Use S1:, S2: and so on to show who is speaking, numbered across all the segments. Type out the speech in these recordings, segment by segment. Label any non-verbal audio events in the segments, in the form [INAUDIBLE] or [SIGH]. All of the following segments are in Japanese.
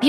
S1: 美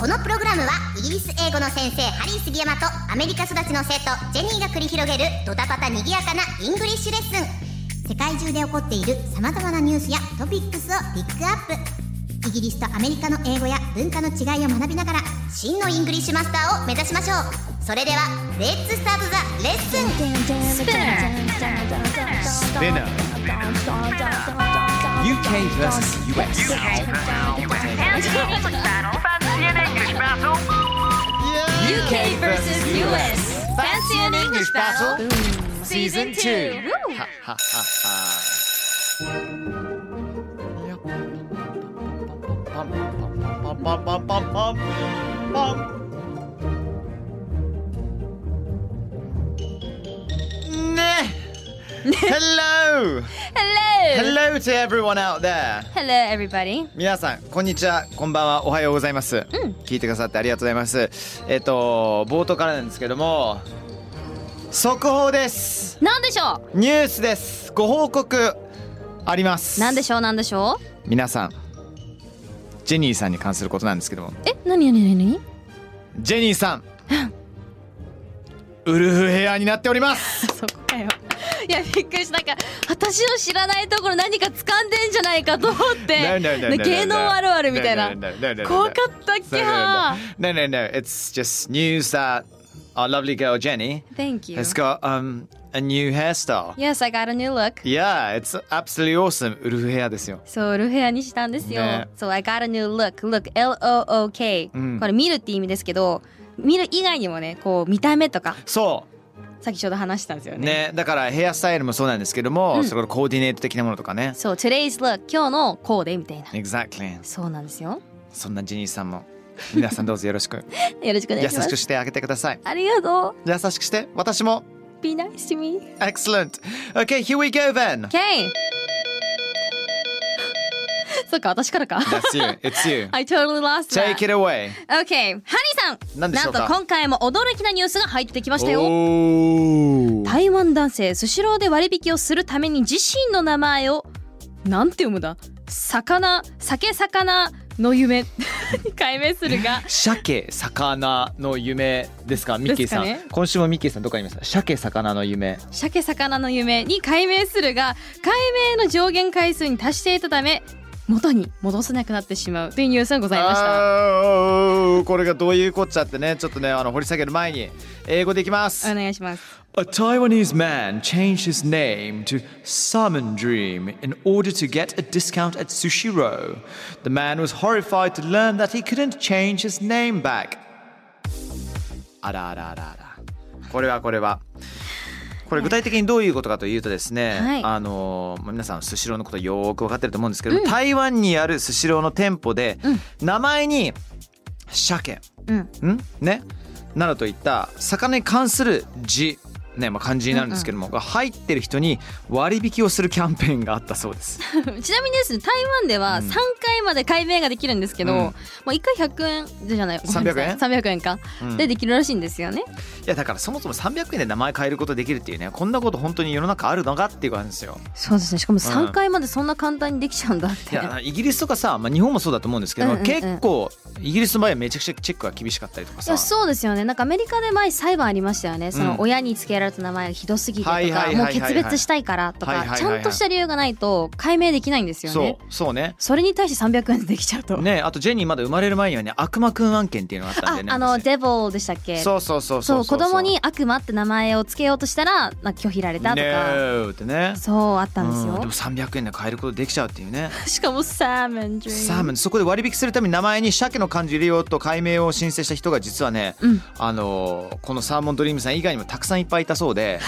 S2: このプログラムはイギリス英語の先生ハリー杉山とアメリカ育ちの生徒ジェニーが繰り広げるドタパタにぎやかなイングリッシュレッスン世界中で起こっているさまざまなニュースやトピックスをピックアップイギリスとアメリカの英語や文化の違いを学びながら真のイングリッシュマスターを目指しましょうそれではレッツスタートザレッスン
S3: Spinner.
S4: UK versus US. UK versus US. Fancy an English battle? Season 2. ね Hello!
S5: Hello!
S4: Hello to everyone out there!
S5: Hello, everybody.
S4: 皆さんこんにちはこんばんはおはようございます、聞いてくださってありがとうございますえっと冒頭からなんですけども速報です
S5: なんでしょう
S4: ニュースですご報告あります
S5: なんでしょうなんでしょう
S4: 皆さんジェニーさんに関することなんですけども
S5: え、なになになに
S4: ジェニーさんウルフヘアになっております
S5: [LAUGHS] そこかよ。いや、びっくりした。なんか、私の知らないところ何か掴んでんじゃないかと思って。
S4: No, no, no, no,
S5: ね
S4: no, no,
S5: 芸能あるあるみたい
S4: No,
S5: な
S4: no,。no, no, no, no, no.
S5: 怖かったっけ
S4: No, no, no, no, no. It's just news that our lovely girl Jenny
S5: Thank you.
S4: has got um a new hairstyle.
S5: Yes, I got a new look.
S4: Yeah, it's absolutely awesome. ウルフヘアですよ。
S5: そう、ルフェアにしたんですよ。
S4: ね
S5: So I got a new look. Look, L-O-O-K、
S4: うん
S5: これ見るって意味ですけど、見る以外にもね、こう、見た目とか、
S4: そ
S5: さっきちょうど話したんですよ
S4: うね、だからヘアスタイルもそうなんですけども、
S5: うん
S4: そこのコーディネート的なものとかね。
S5: そう、today's look 今日のコーデみたいな。
S4: Exactly.
S5: そうなんですよ。
S4: そんなジェニーさんも皆さんどうぞよろしく
S5: よろしく [LAUGHS] お願
S4: 優
S5: いしま
S4: しく
S5: す。
S4: してあげてください。
S5: ありがと
S4: 優しくして私も
S5: う。Be nice to me.
S4: excellent. Okay, here we go then.
S5: Okay. そっか、私からか。
S4: [LAUGHS] That's you. It's you.
S5: [LAUGHS] I totally lost that.
S4: Take it away.
S5: Okay. ハリーさ
S4: 何
S5: ん。
S4: でし
S5: な
S4: ょう
S5: ん
S4: か
S5: と今回も驚きなニュースが入ってきましたよ。
S4: おー
S5: 台湾男性スシローで割引をするために自身の名前をなんて読むんだ魚酒魚の夢 [LAUGHS] に改名するが
S4: 鮭魚の夢ですかミッキーさん、
S5: ですかね
S4: 今週もミッキーさんどこにいました鮭魚の夢
S5: 鮭魚の夢に改名するが改名の上限回数に達していたため元に戻せなくなってしまうというニュースがございました
S4: あーこれがどういうこっちゃってねちょっとねあの掘り下げる前に英語でいきます
S5: お願いします
S4: A Taiwanese man changed his name to Salmon Dream in order to get a discount at Sushiro. The man was horrified to learn that he couldn't change his name back. あらあらあらあら。これはこれは。これ具体的にどういうことかというとですね、
S5: はい
S4: あのまあ皆さんスシローのことよーく分かってると思うんですけど、台湾にあるスシローの店舗で、名前に鮭、
S5: うん
S4: んねなどといった魚に関する字ねまあ、漢字になるんですけども、が入ってる人に割引をするキャンペーンがあったそう
S5: [LAUGHS]
S4: です。
S5: ちなみにですね台湾では3回まで改名ができるんですけど、
S4: うん
S5: もう1回100円じゃないごめんなさい
S4: 300円
S5: 300円か、
S4: うん
S5: でできるらしいんですよね
S4: いやだからそもそも300円で名前変えることできるっていうねこんなこと本当に世の中あるのかっていう感じですよ。
S5: [LAUGHS] そうですねしかも3回までそんな簡単にできちゃうんだっ
S4: い
S5: て、
S4: やイギリスとかさ、まあ、日本もそうだと思うんですけど、
S5: うんうんうん
S4: 結構イギリスの場合はめちゃくちゃチェックが厳しかったりとか
S5: い
S4: さ。
S5: やそうですよねなんかアメリカで前裁判ありましたよねその親に付けられた名前がひどすぎてとか、
S4: はいはいはい
S5: もう
S4: はいはい
S5: 決別したいからとか、
S4: はいはいはいはい
S5: ちゃんとした理由がないと解明できないんですよね
S4: そうそうね。
S5: それに対して300円でできちゃうと、
S4: ねあとジェニーまだ生まれる前にはね悪魔くん案件っていうのがあったん
S5: あ
S4: でね。
S5: あの
S4: 昔
S5: デボルでしたっけ
S4: そうそうそう
S5: そ
S4: そうう
S5: 子供に悪魔って名前を付けようとしたらなんか拒否られたとか、
S4: No ってね。
S5: そうあったんです
S4: うん
S5: よ、
S4: でも300円で買えることできちゃうっていうね
S5: しかもサーメンドリーム
S4: サーモンそこで割引するために名前に鮭の漢字入れようと改名を申請した人が実はね、
S5: うん [LAUGHS]
S4: あのーこのサーモンドリームさん以外にもたくさんいっぱいいたそうで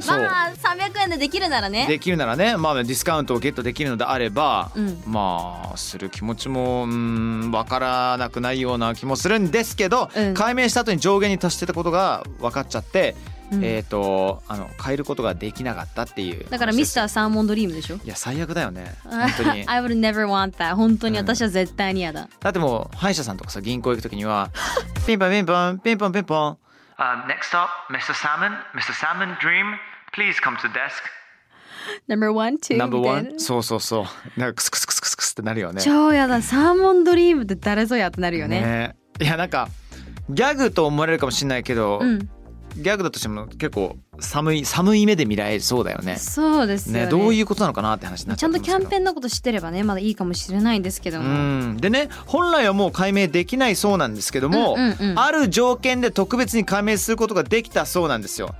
S4: そう
S5: まあ300円でできるならね
S4: できるならね、まあ、ディスカウントをゲットできるのであれば、
S5: うん
S4: まあする気持ちもうん分からなくないような気もするんですけど、
S5: うん
S4: 解明した後に上限に達してたことが分かっちゃって、
S5: うん
S4: えっ、とあの変えることができなかったっていう
S5: だからミスタ
S4: ー
S5: ーサーモンドリームでしょ
S4: いや最悪だよ
S5: [LAUGHS]
S4: ね本当に
S5: I would never want that 本当に
S4: うん
S5: 私は絶対に嫌だ、
S4: だってもう歯医者さんとかさ銀行行く時にはピンポンピンポンピンポンピンポン
S3: Uh, next up, Mr. Salmon, Mr. Salmon Dream, please come to desk.
S5: Number one, two
S4: ナンバーワ
S5: みたい
S4: ン
S5: な
S4: そうそうそうなんかクスクスクスクスクスってなるよね
S5: 超やだサーモンドリームって誰ぞやってなるよね
S4: いやなんかギャグと思われるかもしれないけど、
S5: うん
S4: ギャグだとしても結構寒い寒い目で見られそうだよね。
S5: そうですよね
S4: ねどういうことなのかなって話になっち
S5: ち
S4: ゃ
S5: ゃ
S4: っ
S5: ん
S4: てま
S5: とキ
S4: すけ
S5: ャ
S4: ど
S5: ンペーンのこと知ってればねまだいいかもしれないんですけども、
S4: うんでね本来はもう解明できないそうなんですけども、
S5: うんうんうん
S4: ある条件で特別に解明することができたそうなんですよ。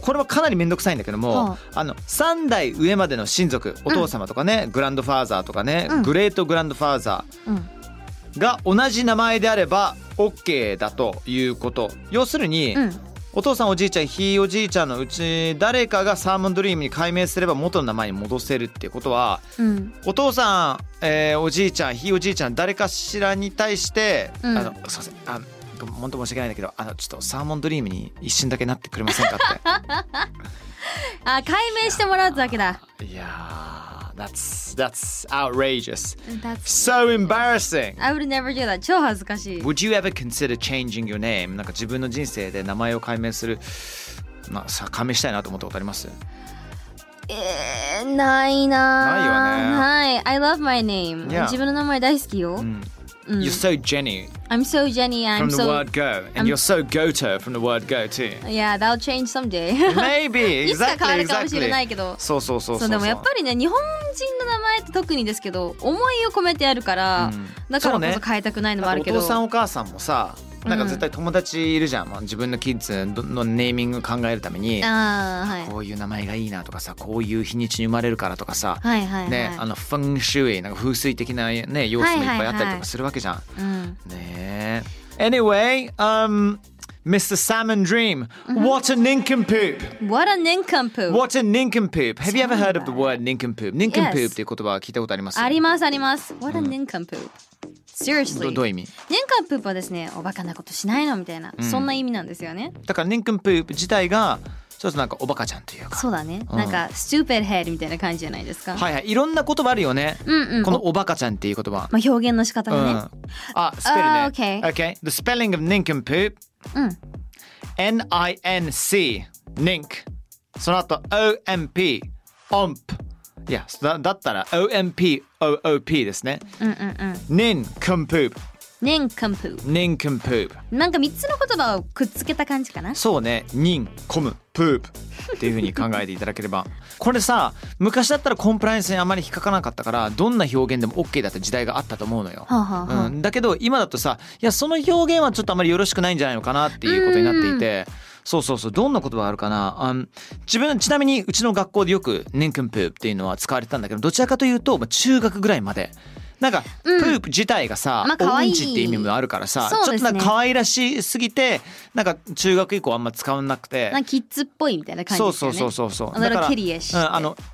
S4: これはかなり面倒くさいんだけども、
S5: は
S4: あの3代上までの親族お父様とかね、グランドファーザーとかね、
S5: うん
S4: グレートグランドファーザ
S5: うん
S4: ーが同じ名前であれば OK だということ要するに、
S5: うん
S4: お父さんおじいちゃんひいおじいちゃんのうち誰かがサーモンドリームに改名すれば元の名前に戻せるっていうことは
S5: うん
S4: お父さん、えーおじいちゃんひいおじいちゃん誰かしらに対して、
S5: うん
S4: あのすいませんあご本当申し訳ないんだけどあのちょっとサーモンドリームに一瞬だけなってくれませんかっ
S5: あ解明してもらうってわけだ [LAUGHS]
S4: ていやー that's that's outrageous
S5: That's-
S4: so embarrassing
S5: I would never do that 超恥ずかしい
S4: Would you ever consider changing your name なんか自分の人生で名前を改名するまあさ改名したいなと思ったことあります
S5: えー、ないなないよねはい I love my name、
S4: Yeah
S5: 自分の名前大好きよ、
S4: ん
S5: うん
S4: You're so Jenny
S5: I'm so Jenny I'm
S4: from the
S5: so
S4: word go, and
S5: I'm-
S4: you're so Goto from the word go
S5: [LAUGHS]
S4: too.
S5: Yeah that'll change someday
S4: Maybe
S5: [LAUGHS] いつか変
S4: [LAUGHS] exactly
S5: わるかもしれ
S4: exactly.
S5: ないけど
S4: そうそうそうそう
S5: そうでもやっぱりね日本人の名前って特にですけど思いを込めてやるから、
S4: うん
S5: だ
S4: そ
S5: か
S4: うね
S5: らこそ変えたくないのもあ
S4: なん
S5: る
S4: か
S5: け
S4: お
S5: ど
S4: 父さんお母さんもさ、なんか絶対友達いるじゃん。まあ自分のキッズのネーミング考えるために、
S5: あーはい
S4: こういう名前がいいなとかさ、こういう日にちに生まれるからとかさ。
S5: はいはいはい
S4: ね、あのフェンシュイなんか風水的なね要素もいっぱいあったりとかするわけじゃん。
S5: うん、
S4: ねえ。Anyway, um, Mr. Salmon Dream, what a nincompoop!
S5: What a nincompoop
S4: What a nincompoop. Have you ever heard of the word nincompoop? nincompoop
S5: Yes.
S4: っていう言葉は聞いたことあります
S5: ありますあります What a nincompoop
S4: ど
S5: Seriously
S4: どういう意味
S5: nincompoop はですねおバカなことしないのみたいな、
S4: うん
S5: そんな意味なんですよね
S4: だから nincompoop 自体がちょっとなんかおバカちゃんというか
S5: そうだね、
S4: うん
S5: なんか stupid head みたいな感じじゃないですか
S4: はいはいいろんな言葉あるよね、
S5: うんうん
S4: このおバカちゃんっていう言葉、
S5: まあ、表現の仕方
S4: う
S5: が
S4: ん
S5: ね、
S4: あスペル
S5: あ
S4: ね
S5: ー
S4: okay. The spelling of nincompoop
S5: うん
S4: N-I-N-C Nink その後 O-M-P Omp いやだだったら O-M-P-O-O-P ですね、
S5: うんうんうん
S4: nincompoop
S5: nincompoop
S4: nincompoop
S5: なんか3つの言葉をくっつけた感じかな
S4: そうね、ニン、コム、プープっていう風に考えていただければ。 [LAUGHS] これさ、昔だったらコンプライアンスにあまり引っかからなかったから、どんな表現でも OK だった時代があったと思うのよ。
S5: はあはあはあ
S4: うん、だけど今だとさ、いや、その表現はちょっとあまりよろしくないんじゃないのかなっていうことになっていて。そうそうそうどんな言葉があるかなあん自分ちなみにうちの学校でよく「ニンクンプープ」っていうのは使われてたんだけどどちらかというと、まあ、中学ぐらいまでなんか、
S5: うん
S4: プープ自体がさ、
S5: まあ可愛い
S4: おうんちって意味もあるからさ、
S5: そう
S4: ちょっ
S5: ですね
S4: となんか可愛らしすぎてなんか中学以降あんま使わなくて
S5: なんかキッズっぽいみたいな感じ
S4: そう
S5: です
S4: そ
S5: よ
S4: う
S5: ね
S4: そうそうそう
S5: あのキリエシ
S4: うんあの「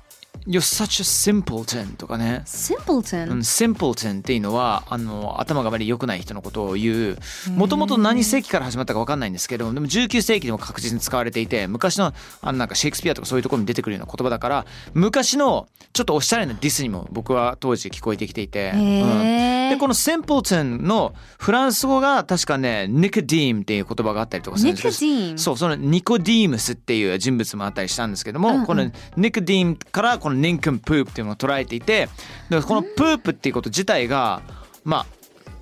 S4: You're such a simpleton」とかね
S5: simpleton、
S4: うん、simpleton っていうのはあの頭があまり良くない人のことを言うもともと何世紀から始まったか分かんないんですけどでも19世紀でも確実に使われていて昔のあのなんかシェイクスピアとかそういうところに出てくるような言葉だから昔のちょっとおしゃれなディスにも僕は当時聞こえてきていて、
S5: へー
S4: でこの simpleton のフランス語が確かね nicodeme っていう言葉があったりとかするんですけど
S5: Nicodeme
S4: そうそのニコディームスっていう人物もあったりしたんですけども、
S5: うんうん
S4: このニコディームからこのニンクンプープっていうのを捉えていてでこのプープっていうこと自体がま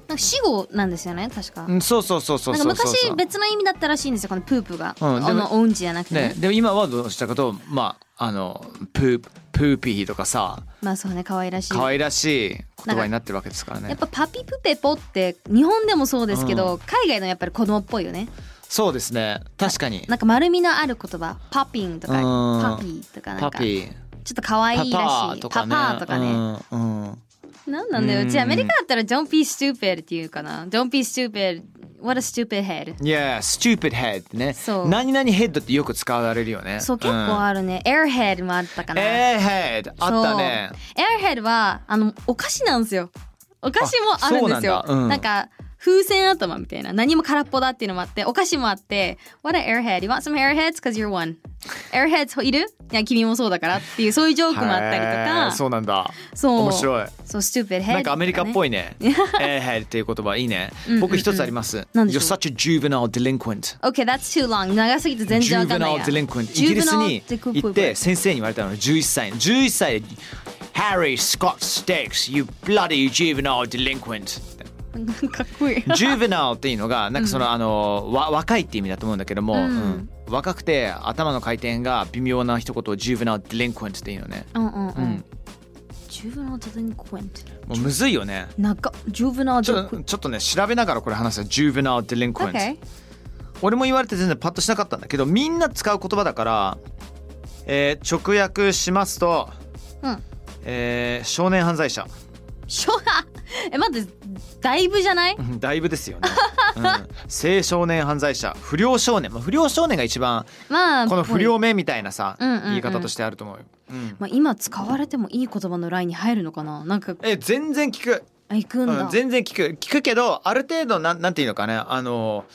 S5: なんか死語なんですよね確か
S4: あうんそうそうそうそう
S5: なん
S4: そ
S5: か
S4: うそうそう
S5: 昔別の意味だったらしいんですよこのプープが、
S4: うんで
S5: あ
S4: も
S5: のオウンジじゃなくてね、
S4: ね、でも今はどうしたかとまああのプーププーピーとかさ
S5: まあそうね可愛らしい
S4: 可愛らしい言葉になってるわけですから
S5: や
S4: ね
S5: っぱパピプペポって日本でもそうですけど、海外のやっぱり子供っぽいよね
S4: そうですね確かに
S5: なんか丸みのある言葉パピンとか
S4: うん
S5: パピーとかなん
S4: パ
S5: か
S4: ピ
S5: ち
S4: ー
S5: ょっと可愛いら
S4: パ
S5: し
S4: パ
S5: い
S4: とかね
S5: パパとかね、
S4: うんうん
S5: なんなんだ
S4: う
S5: よ
S4: ん
S5: うちアメリカだったらジョン・ピー・スチューペルっていうかなジョン・ピー・スチューペル What a stupid head
S4: Yeah, stupid head ってね。
S5: そう
S4: 何々ヘッドってよく使われるよね。
S5: そう結構あるね、Airhead もあったか
S4: うん。
S5: な
S4: エーヘッドあったね。
S5: そう Airhead はあのお菓子なんですよお菓子もあるんですよ
S4: あそうなんだう
S5: なん
S4: ん
S5: か風船頭みたいな何も空っぽだっていうのもあってお菓子もあって What a airhead you want some airheads cause you're one airheads いるいや君もそうだからっていうそういうジョークもあったりと
S4: へー
S5: か
S4: そうなんだ。
S5: そう
S4: 面白い。
S5: そう stupid head
S4: なんかアメリカっぽ
S5: い
S4: い
S5: [LAUGHS]
S4: ね。エーヘッドっていう言葉いいね
S5: んうんう。ん
S4: 僕一つあります。
S5: 何
S4: You're
S5: でしょう
S4: such a juvenile delinquent.
S5: OK that's too long 長すぎて全然わかんない
S4: juvenile
S5: や
S4: delinquent イギリスに
S5: Juvenile
S4: 行って先生に言われたの11歳11歳で「Harry Scott Stakes you bloody juvenile delinquent
S5: かっこいい」
S4: [LAUGHS] juvenile っていうのがなんかその、あのわ若いって意味だと思うんだけども、
S5: うん
S4: うん若くて頭の回転が微妙な一言を juvenile delinquent っていうのね
S5: うんうんう
S4: うんん
S5: juvenile delinquent
S4: もうむずいよね
S5: なんか juvenile
S4: ちょっと
S5: delinquent
S4: ちょっとね調べながらこれ話した juvenile delinquent、
S5: OK
S4: 俺も言われて全然パッとしなかったんだけどみんな使う言葉だから、えー直訳しますと、
S5: うん
S4: えー少年犯罪者 [LAUGHS]
S5: しょがえ待ってだいぶじゃない
S4: うんだいぶですよね、
S5: [LAUGHS]
S4: うん、青少年犯罪者不良少年、まあ、不良少年が一番
S5: まあ
S4: この
S5: ぽい
S4: 不良めみたいなさ、
S5: うんうんうん
S4: 言い方としてあると思うよ、うん
S5: まあ、今使われてもいい言葉のラインに入るのかななんか
S4: え全然聞く、
S5: あ行くんだ、
S4: うん全然聞く聞くけどある程度なんなんていうのかねあの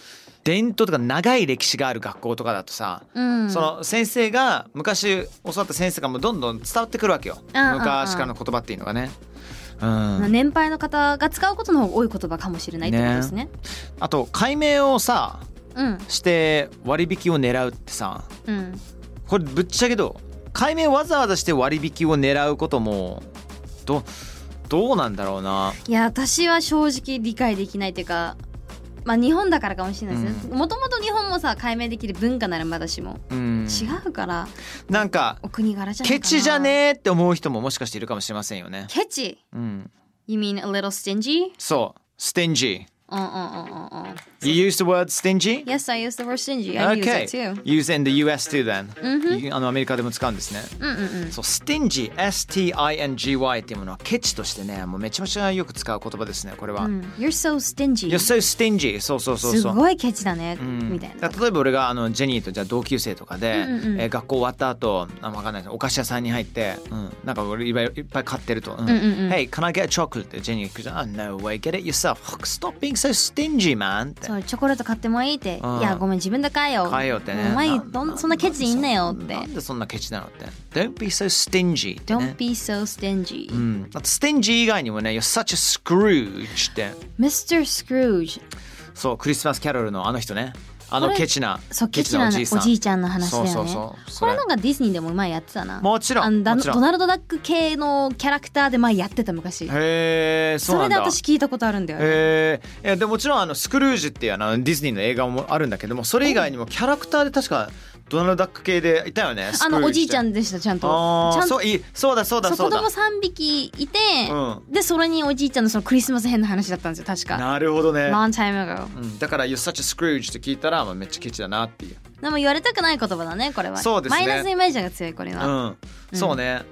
S4: 伝統とか長い歴史がある学校とかだとさ、
S5: うん
S4: その先生が昔教わった先生がもうどんどん伝わってくるわけよ
S5: ああああ
S4: 昔からの言葉っていうのがねう
S5: まあ
S4: ん
S5: 年配の方が使うことの方が多い言葉かもしれないってことですね
S4: あと解明をさ
S5: うん
S4: して割引を狙うってさ
S5: うん
S4: これぶっちゃけど解明わざわざして割引を狙うこともどどうなんだろうない
S5: や私は正直理解できないというかまあ日本だからかもしれないですねもともと日本もさ解明できる文化ならまだしも、
S4: うん
S5: 違うから
S4: なんか
S5: お国柄じゃな
S4: ケ
S5: いかな
S4: チじゃねえって思う人ももしかしているかもしれませんよね
S5: ケチ
S4: うん
S5: You mean a little stingy?
S4: そう stingy
S5: うんうんうんうんうん
S4: you use the word stingy
S5: Yes, I use the word stingy. I use
S4: Okay.
S5: it too.
S4: Use it in the US too then. いあのアメリカでも使うんですね。
S5: うんうんうん。
S4: そう、stingy, S-T-I-N-G-Y っていうものはケチとしてね、もうめちゃめちゃよく使う言葉ですね、これは。
S5: うん You're so stingy.
S4: You're so stingy. そうそうそう
S5: す
S4: そう。
S5: ごいケチだね、
S4: うん
S5: みたい
S4: だ
S5: な
S4: から例えば俺があのジェニーとじゃあ同級生とかで、
S5: うんうんうん
S4: えー学校終わった後あわかんないですお菓子屋さんに入って、うん、なんか俺いっぱいいっぱい買ってると「うん
S5: んうん
S4: Hey, can I get a chocolate?」ってジェニーが来るじゃん「Oh, no way, get it yourself. Stop being so stingy, man」って
S5: そうチョコレート買ってもいいって「い
S4: うん
S5: やごめん自分で買えよ」
S4: 買えよってね。
S5: お前
S4: な
S5: どんそんなケチでいんなよ」って
S4: なんでそんなケチなのって。Don't be so stingy っ
S5: 「
S4: て
S5: Don't
S4: ね。
S5: be so stingy、
S4: うん。あと stingy 以外にもね、You're such a Scrooge って。
S5: Mr. Scrooge
S4: そう、クリスマスキャロルのあの人ね。あの
S5: これ
S4: ケチな。
S5: そうケチなおじいちゃんの話だよね
S4: そうそうそう。
S5: これなん
S4: ん
S5: かディズニーでも前やってたな
S4: もちろん
S5: あのだ
S4: もちろん
S5: ドナルド・ダック系のキャラクターで前やってた昔
S4: へえ、そう
S5: そ
S4: な
S5: れ
S4: ん
S5: で
S4: だ。
S5: 私聞いたことあるんだよね
S4: へえでもちろんあのスクルージっていうあのディズニーの映画もあるんだけどもそれ以外にもキャラクターで確かドナルド・ダック系でいたよね
S5: あのおじいちゃ
S4: ん
S5: んでしたちゃんと
S4: あ
S5: ちゃ
S4: あ
S5: ん
S4: そういそうだそうだ
S5: そう
S4: そ
S5: 子
S4: うだ
S5: 供3匹いて、
S4: う
S5: でそれにおじいちゃんのそのクリスマス編の話だったんですよ確か
S4: なるほどね
S5: Long time ago
S4: うん、だから「You're such a Scrooge」って聞いたら、まあ、めっちゃケチだなっていう、
S5: でも言われたくない言葉だねこれは
S4: そうですね
S5: マイナスイメージが強いこれ
S4: う
S5: は、
S4: ん、そうね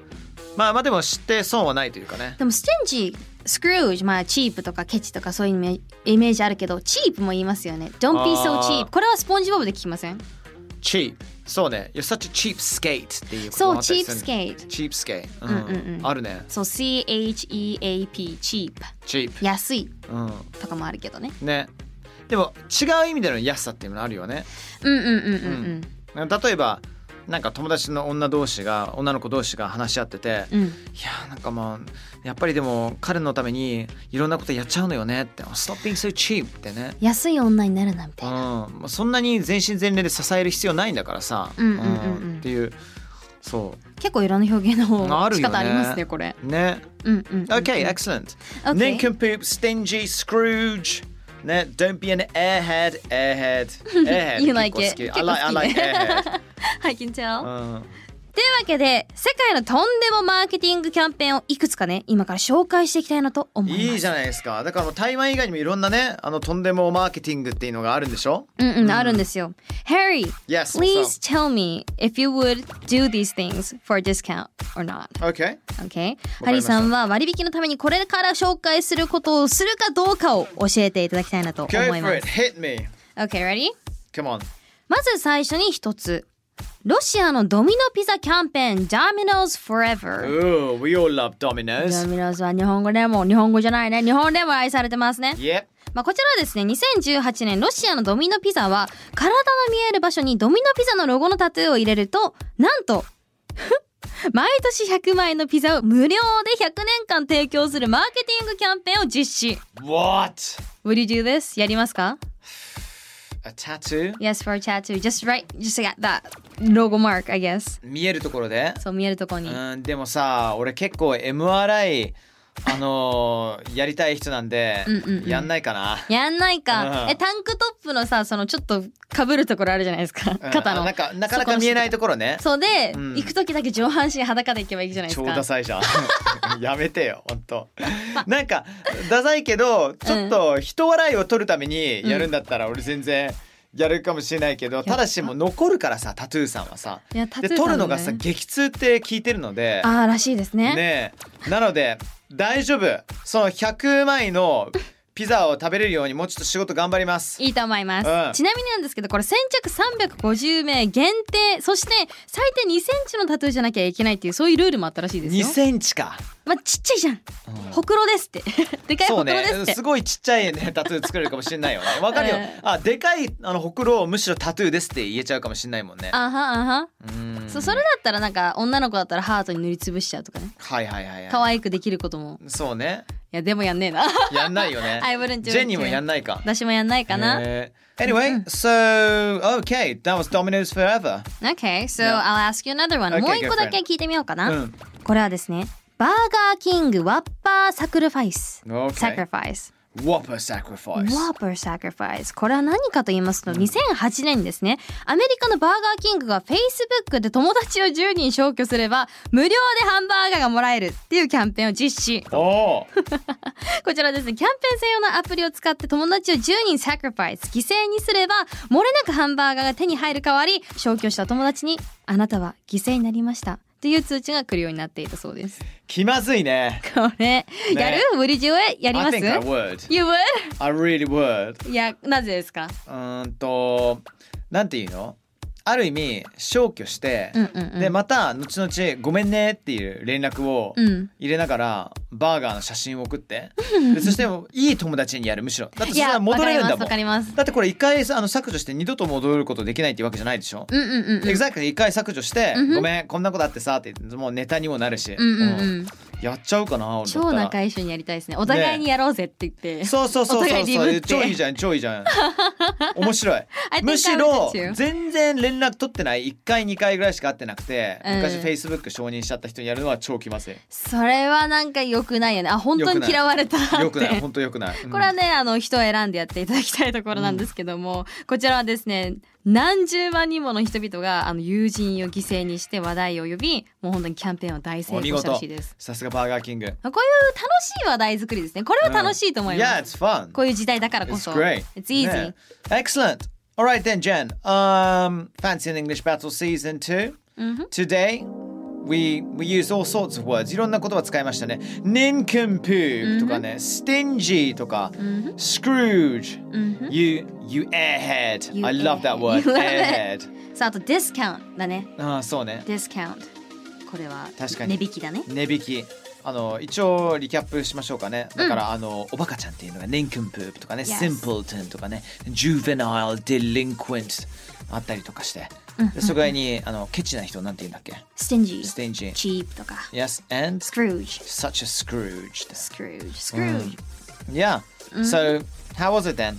S4: まあまあでも知って損はないというかね
S5: でもステンジスクルージまあチープとかケチとかそういうイメイメージあるけどチープも言いますよね Don't be so
S4: あー
S5: cheap これはスポンジボブで聞きません
S4: cheap そうね「You're such a cheap skate」っていうこと
S5: そう
S4: もあったりする
S5: cheapskate
S4: cheap skate う
S5: うんうんうん
S4: んあるね
S5: そう CHEAP チープ
S4: cheap
S5: 安い
S4: うん
S5: とかもあるけどね
S4: ねでも違う意味での安さっていうのもあるよね
S5: うんうんうんうん
S4: 例えばなんか友達の女同士が女の子同士が話し合ってて、
S5: うんう
S4: い
S5: ん
S4: やーなんかまあやっぱりでも彼のためにいろんなことやっちゃうのよねって「Stop being so cheap」ってね
S5: 安い女になるなみたいな
S4: うんまあ、そんなに全身全霊で支える必要ないんだからさ、
S5: うんうんうんうん
S4: っていうそ
S5: 結構いろんな表現の
S4: あ
S5: 仕
S4: るよね
S5: 方ありますねこれ
S4: うね
S5: うんうんうん
S4: OK excellent nincompoop stingy scrooge ね don't be an airhead airhead airhead
S5: [LAUGHS] You like
S4: 結構好
S5: it.
S4: き I like, I like
S5: 結構
S4: airhead [LAUGHS]
S5: I can tell
S4: うん
S5: というわけで世界のとんでもマーケティングキャンペーンをいくつかね今から紹介していきたいなと思います
S4: いいじゃないですかだからもう台湾以外にもいろんなねあのとんでもマーケティングっていうのがあるんでしょ
S5: うんうん、あるんですよ Harry
S4: Yes
S5: please tell me if you would do these things for a discount or not
S4: OK
S5: Okay
S4: た
S5: ハリーさんは割引のためにこれから紹介することをするかどうかを教えていただきたいなと
S4: Go
S5: 思いま
S4: for
S5: す
S4: it hit me
S5: Okay ready?
S4: Come on
S5: まず最初に一つロシアのドミノピザキャンペーン Domino's Forever
S4: Ooh we all love
S5: ド
S4: Domino's
S5: ミノスは日本語でも日本語じゃないね日本でも愛されてますね
S4: Yep
S5: まあ、こちらはですね2018年ロシアのドミノピザは体の見える場所にドミノピザのロゴのタトゥーを入れるとなんと毎年100枚のピザを無料で100年間提供するマーケティングキャンペーンを実施
S4: What
S5: Would you do this? やりますか
S4: A tattoo
S5: ?Yes for a tattoo just right just got that logo mark I guess
S4: 見えるところで
S5: そう見えるとこに
S4: うんでもさ俺結構 MRI あの
S5: [LAUGHS]
S4: ーやりたい人なんで
S5: うんうんうん
S4: やんないかな
S5: やんない
S4: うん
S5: かえタンクトップのさそのちょっとかぶるところあるじゃないですか
S4: うん
S5: 肩の
S4: あなんかなかなか見えないところね
S5: そうで、
S4: うん
S5: 行く時だけ上半身裸で行けばいいじゃないです
S4: 超
S5: か
S4: ダサい
S5: [LAUGHS]
S4: じゃんやめてよ本当なんかダサいけどちょっと人笑いを取るためにやるんだったら俺全然やるかもしれないけどただしもう残るからさタトゥーさんはさ
S5: いやタトゥ
S4: で
S5: ーさ
S4: 取
S5: んも
S4: る
S5: ね
S4: のがさ激痛って聞いてるので
S5: ああらしいですね
S4: ねえなので大丈夫その100枚のピザを食べれるようにもうちょっと仕事頑張ります
S5: いいと思います、
S4: うん
S5: ちなみになんですけどこれ先着350名限定そして最低2センチのタトゥーじゃなきゃいけないっていうそういうルールもあったらしいです
S4: 2
S5: よ
S4: センチか
S5: まあ、ちっちゃいじゃん、
S4: うん
S5: ほくろですって [LAUGHS] でかいほ
S4: そ
S5: く
S4: う
S5: ろですっ
S4: ね
S5: て
S4: すごいちっちゃいねタトゥー作れるかもしれないよねわかるよ、
S5: え
S4: あでかいあのほくろをむしろタトゥーですって言えちゃうかもしれないもんね
S5: あはあは、
S4: うん
S5: そそれだったらなんか女の子だったらハートに塗りつぶしちゃうとかね
S4: はいはいはいはい
S5: 可愛くできることも
S4: そうね
S5: いやでもやんねえな [LAUGHS]
S4: やんないよね
S5: I wouldn't do it
S4: ジェニーもやんないか
S5: 私もやんないかな、
S4: へえ Anyway so okay that was Domino's forever
S5: Okay so
S4: Yeah.
S5: I'll ask you another one、
S4: Okay,
S5: もう一個だけ聞いてみようかな、
S4: うん
S5: これはですねバーガーキングワッパーサクリファイス
S4: okay
S5: sacrifice
S4: Whopper sacrifice
S5: Whopper Sacrifice これは何かと言いますと2008年にですねアメリカのバーガーキングが Facebook で友達を10人消去すれば無料でハンバーガーがもらえるっていうキャンペーンを実施
S4: おー
S5: こちらですねキャンペーン専用のアプリを使って友達を10人サクリファイス犠牲にすれば漏れなくハンバーガーが手に入る代わり消去した友達にあなたは犠牲になりましたという通知が来るようになっていたそうです
S4: [LAUGHS] 気まずい
S5: [LAUGHS]
S4: ね
S5: これ、やる Would you やりま
S4: I
S5: す
S4: think I would
S5: You would?
S4: I really would
S5: いやなぜですか
S4: うーんとなんていうのある意味消去して、
S5: うんうんうん
S4: でまた後々「ごめんね」っていう連絡を
S5: うん
S4: 入れながら、バーガーの写真を送ってでそしていい友達にやるむしろだって
S5: い
S4: それは
S5: や
S4: 戻れるんだも
S5: わ
S4: ん
S5: かりますわかります
S4: だってこれ一回あの削除して二度と戻ることできないっていうわけじゃないでしょ、
S5: うんうんうんうん
S4: Exactly 一回削除して、
S5: うんうん
S4: ごめんこんなことあってさって言ってもうネタにもなるし、
S5: うんうん
S4: う
S5: うんん
S4: やっちゃうかな俺だったら
S5: 超仲一緒にやりたいですねお互いにやろうぜって言って、 [LAUGHS]
S4: そうそうそう
S5: お
S4: そ
S5: 互
S4: う
S5: いリ
S4: そ
S5: ブっ
S4: う
S5: て
S4: 超いいじゃん超いいじゃん面白い
S5: I think I
S4: むしろ
S5: would too.
S4: 全然連絡取ってない1回2回ぐらいしか会ってなくて、
S5: うん
S4: 昔 Facebook 承認しちゃった人にやるのは超気まず
S5: [LAUGHS]
S4: い
S5: それはなんか良くないよねあ本当
S4: 良く
S5: に
S4: ない
S5: 嫌われたって
S4: よくない本当よくない、うん
S5: [LAUGHS] これはねあの人を選んでやっていただきたいところなんですけども、こちらはですね何十万人もの人々があの友人を犠牲にして話題を呼びもう本当にキャンペーンを大成
S4: お見
S5: 功し
S4: 事
S5: たらしいです
S4: さすがバーガーキング
S5: こういう楽しい話題作りですねこれは楽しいと思いま
S4: Yeah it's
S5: す、
S4: fun
S5: こういう時代だからこ
S4: It's
S5: そ
S4: great
S5: It's easy、
S4: ね Excellent Alright then Jen um, Fancy an English Battle Season 2
S5: Mm-hmm.
S4: Today We, we used all sorts of words いろんな言葉使いましたね
S5: Mm-hmm.
S4: Nincompoop とかね、Stingy とか、Scrooge、You You airhead
S5: Mm-hmm. You
S4: I love that
S5: airhead.
S4: word
S5: [LAUGHS] You love
S4: airhead Ah,
S5: さああと discount だね
S4: ああそうね
S5: discount これは
S4: 確かに
S5: 値引きだね
S4: 値引きあの一応リキャップしましょうかねだから、あのおバカちゃんっていうのがネンクンプープとかね、
S5: Yes
S4: シンプルトンとかねジュベナイルデリンクエントあったりとかして、でそれぐらいにあのケチな人なんて言うんだっけ
S5: stingy
S4: Stingy
S5: cheap とか
S4: Yes and
S5: scrooge
S4: such a Scrooge
S5: Scrooge. Scrooge.
S4: Yeah so how was it then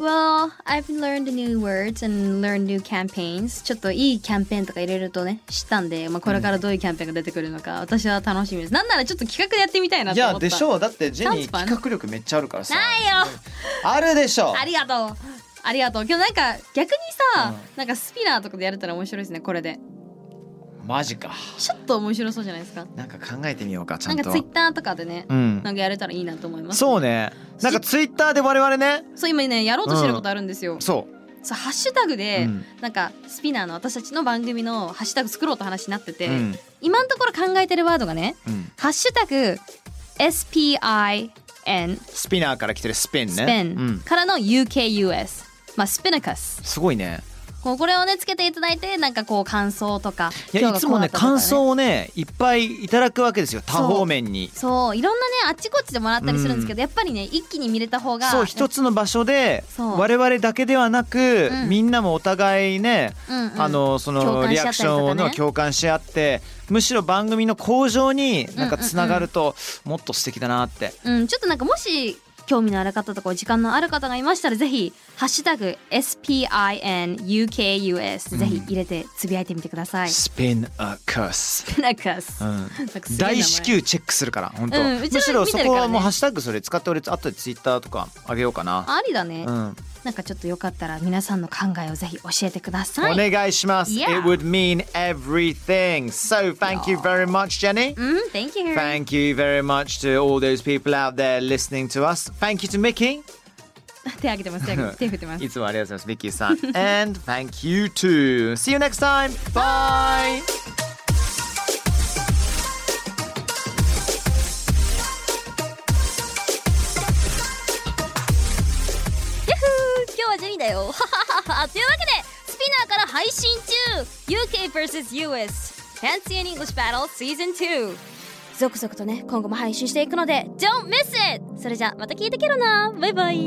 S5: Well, I've learned new words and learned new campaigns. ちょっといいキャンペーンとか入れるとね、知ったんで、まあ、これからどういうキャンペーンが出てくるのか、私は楽しみです。なんならちょっと企画でやってみたいないと思った。
S4: やでしょうだってジェニー
S5: Sounds fun
S4: 企画力めっちゃあるからさ
S5: ないよ
S4: あるでしょう
S5: ありがとうありがとう。今日なんか逆にさ、なんかスピナーとかでやれたら面白いですね、これで。
S4: マジか
S5: ちょっと面白そうじゃないですか
S4: なんか考えてみようかちゃ
S5: なん
S4: ん
S5: か
S4: と
S5: ツイッターとかでね
S4: うん
S5: なんかやれたらいいなと思います
S4: そうねなんかツイッターで我々ね
S5: そう今ねやろうとしてることあるんですよ、
S4: そう、
S5: そうハッシュタグで、
S4: うん
S5: なんかスピナーの私たちの番組のハッシュタグ作ろうと話になってて、
S4: うん
S5: 今のところ考えてるワードがね
S4: うん、
S5: ハッシュタグ SPIN
S4: スピナーから来てるスピンね
S5: スペン、
S4: うん、
S5: からの UKUS まあスピナカス
S4: すごいね
S5: こうこれをねつけていただいてなんかこう感想とか
S4: いやいつもね
S5: 今日がこうだったとか
S4: 感想をねいっぱいいただくわけですよ多方面に
S5: そういろんなねあっちこっちでもらったりするんですけど、やっぱりね一気に見れた方が
S4: そう一
S5: つ、
S4: つの場所で
S5: そう
S4: 我々だけではなく、
S5: うん
S4: みんなもお互いね、
S5: うんうん
S4: あのそ
S5: 共
S4: の
S5: 感
S4: リ
S5: し
S4: ア
S5: 合ったりとかね
S4: クションをの共感し合ってむしろ番組の向上になんかつながるともっと素敵だなって、
S5: うん、ちょっとなんかもし興味のある方とかお時間のある方がいましたらぜひハッシュタグ SPINUKUS ぜひ入れてつぶやいてみてく
S4: [LAUGHS]
S5: ださい、
S4: スピンアカス、
S5: スピナカス、
S4: うん
S5: なんかすげえ名前
S4: 大至急チェックするから本当、
S5: うんうちら
S4: むしろ
S5: 見
S4: そ
S5: てる
S4: こ
S5: からね
S4: はもうハッシュタグそれ使って俺後でツイッターとかあげようかな、
S5: ありだね、
S4: うん、
S5: なんかちょっとよかったら皆さんの考えをぜひ教えてください
S4: お願いします、
S5: Yeah.
S4: It would mean everything So thank you very much Jenny
S5: うん Thank you
S4: Thank you very much to all those people out there listening to us. Thank you to Mickey.
S5: [LAUGHS] 手挙げてます手挙げてます手振ってます
S4: いつもありがとうございます、ミッキーさん。And [LAUGHS] thank you to. See you next time. Bye.
S5: Yahoo！今日はジェニーだよは [LAUGHS] はははというわけでスピナーから配信中 UKVSUS Fancy an English Battle Season 2続々とね今後も配信していくので Don't miss it! それじゃあまた聞いてけろなバイバイ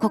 S6: こ